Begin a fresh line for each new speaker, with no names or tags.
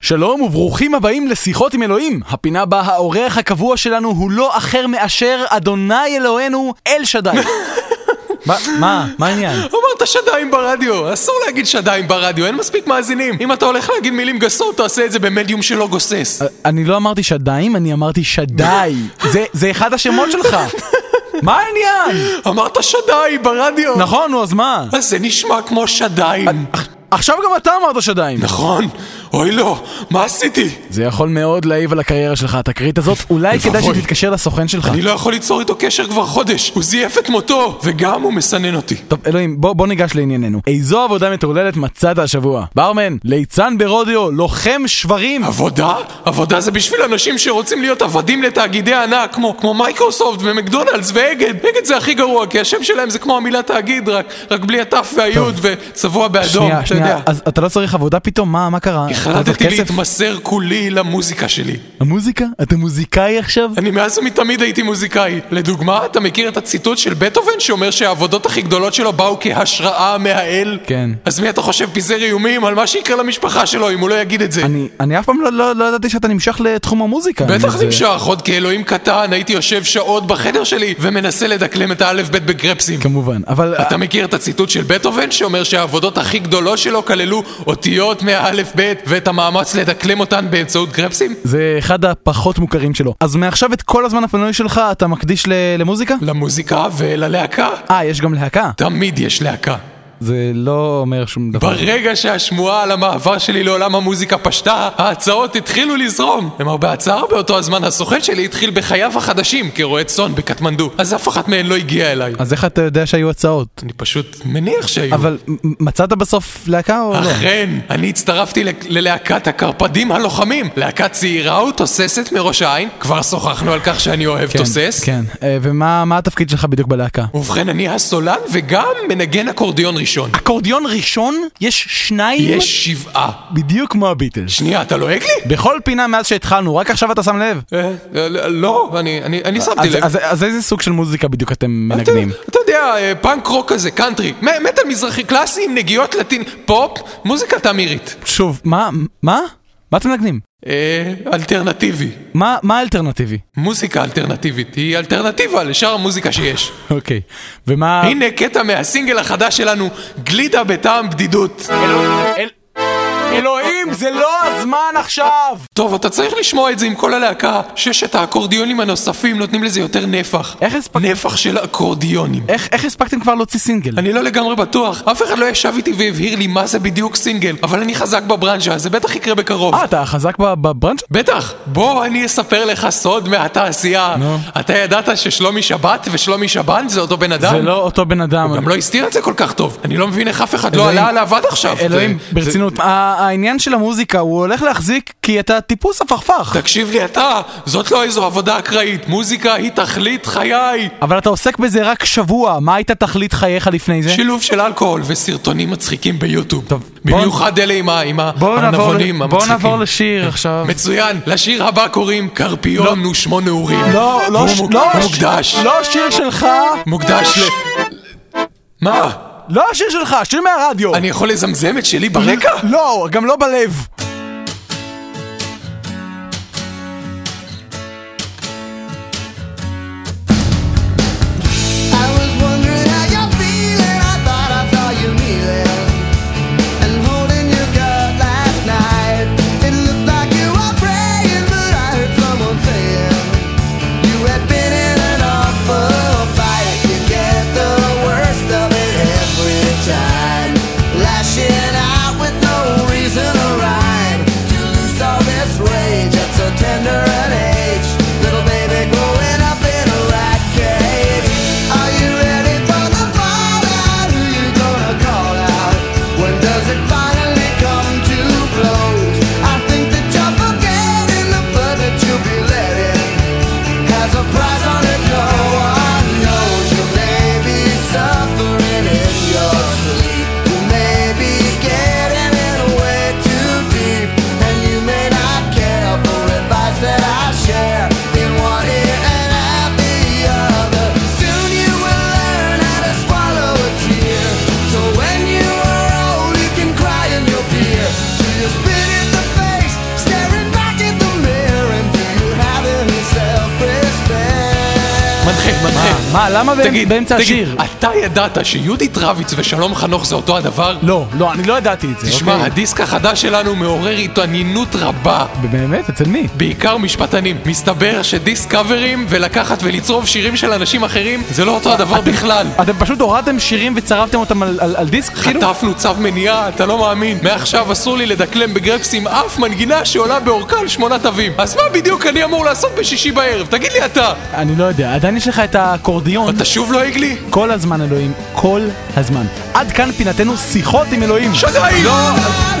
שלום וברוכים הבאים לשיחות עם אלוהים, הפינה בה האורח הקבוע שלנו הוא לא אחר מאשר אדוני אלוהינו אל שדי. מה, מה, מה העניין?
אמרת שדיים ברדיו, אסור להגיד שדיים ברדיו, אין מספיק מאזינים. אם אתה הולך להגיד מילים גסות, תעשה את זה במדיום שלא גוסס.
אני לא אמרתי שדיים, אני אמרתי שדי. זה, זה אחד השמות שלך. מה העניין?
אמרת שדיים ברדיו.
נכון, נו, אז מה?
אז זה נשמע כמו שדיים.
עכ- עכשיו גם אתה אמרת שדיים.
נכון, אוי לא, מה עשיתי?
זה יכול מאוד להעיב על הקריירה שלך, התקרית הזאת. אולי כדאי
ואבוי.
שתתקשר לסוכן שלך.
אני לא יכול ליצור איתו קשר כבר חודש, הוא זייף את מותו, וגם הוא מסנן אותי.
טוב, אלוהים, בוא, בוא ניגש לענייננו. איזו עבודה מטורללת מצאת השבוע? ברמן, ליצן ברודיו, לוחם שברים.
עבודה? עבודה זה בשביל אנשים שרוצים להיות עבדים לתאגידי ענק, כמו, כמו מייקרוסופט ומקדונלדס ואגד. אגד זה הכי גרוע, כי השם שלהם זה כמו המילה תאגיד, רק, רק בלי התף והיוד וצבוע באדום,
שנייה,
אתה
שנייה,
יודע.
אז אתה לא צריך עבודה פתאום? מה, מה קרה? אתה צריך
החלטתי
כסף?
להתמסר כולי למוזיקה שלי.
המוזיקה? אתה מוזיקאי עכשיו?
אני מאז ומתמיד הייתי מוזיקאי. לדוגמה, אתה מכיר את הציטוט של בטהובן שאומר שהעבודות הכי גדולות שלו באו כהשראה מהאל?
כן.
אז מי אתה חושב פיזר איומים על מה שיקרה למשפחה שלו אם הוא לא יגיד את זה?
אני, לא אני אף פעם לא, לא, לא ידעתי שאתה נמשך לתחום המוזיקה.
בטח
זה-
נמשך, עוד כאלוהים קטן, הייתי יושב שעות בחדר שלי ומנסה לדקלם את האלף-בית בקרפסים.
כמובן, אבל...
אתה מכיר את הציטוט של בטהובן שאומר שהעבודות הכי גדולות שלו כללו אותיות מהאלף-בית ואת המאמץ לדקלם אותן באמצעות קרפסים?
זה אחד הפחות מוכרים שלו. אז מעכשיו את כל הזמן הפנוי שלך אתה מקדיש ל- למוזיקה?
למוזיקה וללהקה.
אה, יש גם להקה.
תמיד יש להקה.
זה לא אומר שום דבר.
ברגע שהשמועה על המעבר שלי לעולם המוזיקה פשטה, ההצעות התחילו לזרום. למרבה הצער, באותו הזמן הסוכן שלי התחיל בחייו החדשים כרועה צאן בקטמנדו, אז אף אחת מהן לא הגיעה אליי.
אז איך אתה יודע שהיו הצעות?
אני פשוט מניח שהיו.
אבל מ- מצאת בסוף להקה או לא?
אכן, אני הצטרפתי ל- ללהקת הקרפדים הלוחמים, להקה צעירה ותוססת מראש העין, כבר שוחחנו על כך שאני אוהב
כן,
תוסס.
כן, אה, ומה מה התפקיד שלך בדיוק בלהקה?
ובכן, אני הסולן וגם מנגן אקורדיון ראשון.
אקורדיון ראשון? יש שניים?
יש שבעה.
בדיוק כמו הביטלס.
שנייה, אתה לועג לי?
בכל פינה מאז שהתחלנו, רק עכשיו אתה שם לב.
אה, אה, לא, אני- אני אני שמתי
אה, אז-
לב.
אז- אז איזה סוג של מוזיקה בדיוק אתם
אתה-
מנגנים?
אתה יודע, אה, פאנק רוק כזה, קאנטרי, מ- מטאל מזרחי קלאסי עם נגיעות לטין, פופ, מוזיקה תאמירית.
שוב, מה? מה? מה אתם מנגנים?
אה, אלטרנטיבי.
מה מה האלטרנטיבי?
מוזיקה אלטרנטיבית, היא אלטרנטיבה לשאר המוזיקה שיש.
אוקיי. ומה...
הנה קטע מהסינגל החדש שלנו, גלידה בטעם בדידות.
אלוהים, זה לא הזמן עכשיו!
טוב, אתה צריך לשמוע את זה עם כל הלהקה, ששת האקורדיונים הנוספים נותנים לזה יותר נפח.
איך הספק-
נפח של אקורדיונים.
איך איך הספקתם כבר להוציא סינגל?
אני לא לגמרי בטוח, אף אחד לא ישב איתי והבהיר לי מה זה בדיוק סינגל, אבל אני חזק בברנז'ה, זה בטח יקרה בקרוב.
אה, אתה חזק בב- בברנץ'?
בטח, בוא אני אספר לך סוד מהתעשייה.
נו.
אתה ידעת ששלומי שבת ושלומי שבן זה אותו בן אדם?
זה לא אותו בן אדם.
גם לא הסתיר את זה כל כך טוב. אני לא מבין איך אף אחד לא
אלוהים.
עלה עליו עד עכשיו.
אלוהים,
זה-
ברצינות, ה- העניין של המוזיקה הוא הולך להחזיק כי אתה טיפוס הפכפך.
זה- תקשיב לי אתה, זאת לא איזו עבודה אקראית. מוזיקה היא תכלית חיי.
אבל אתה עוסק בזה רק שבוע, מה הייתה תכלית חייך לפני זה?
שילוב של אלכוהול וסרטונים מצחיקים ביוטיוב.
טוב, בוא-
במיוחד אלה עם ה- עם הנבונים
בואו נעבור
המצחיקים.
לשיר עכשיו.
מצוין, לשיר הבא קוראים קרפיון ושמו נעורים.
לא, לא, ש-
והוא מוק-
לא,
הוא
ש-
מוקדש.
לא שיר שלך,
מוקדש ל... מה?
לא השיר שלך, שיר מהרדיו.
אני יכול לזמזם את שלי ברקע?
לא, גם לא בלב.
I was wondering how you're feeling. I thought I saw you kneeling and holding your gut last night. It looked like you were praying, but I heard someone saying you had been in an awful fight. You get the worst of it every time, lashing out with no reason or rhyme.
אה, מה, למה באמצ-
תגיד,
באמצע
תגיד,
השיר?
אתה ידעת שיהודית רביץ ושלום חנוך זה אותו הדבר?
לא, לא, אני לא ידעתי את זה.
תשמע,
אוקיי.
הדיסק החדש שלנו מעורר התעניינות רבה.
באמת? אצל מי?
בעיקר משפטנים. מסתבר שדיסקאברים ולקחת ולצרוב שירים של אנשים אחרים זה לא אותו הדבר בכלל.
אתם פשוט הורדתם שירים וצרבתם אותם על- על על דיסק? כאילו?
חטפנו צו מניעה, אתה לא מאמין. מעכשיו אסור לי לדקלם בגרפס עם אף מנגינה שעולה באורכה על שמונה תווים. אז מה בדיוק אני אמור לעשות בשישי בערב? תגיד לי אתה.
אני לא יודע, עדיין יש לך את האקורדיון
אתה שוב לא, לועג לי?
כל הזמן, אלוהים. כל הזמן. עד כאן פינתנו שיחות עם אלוהים.
שגעים! לא!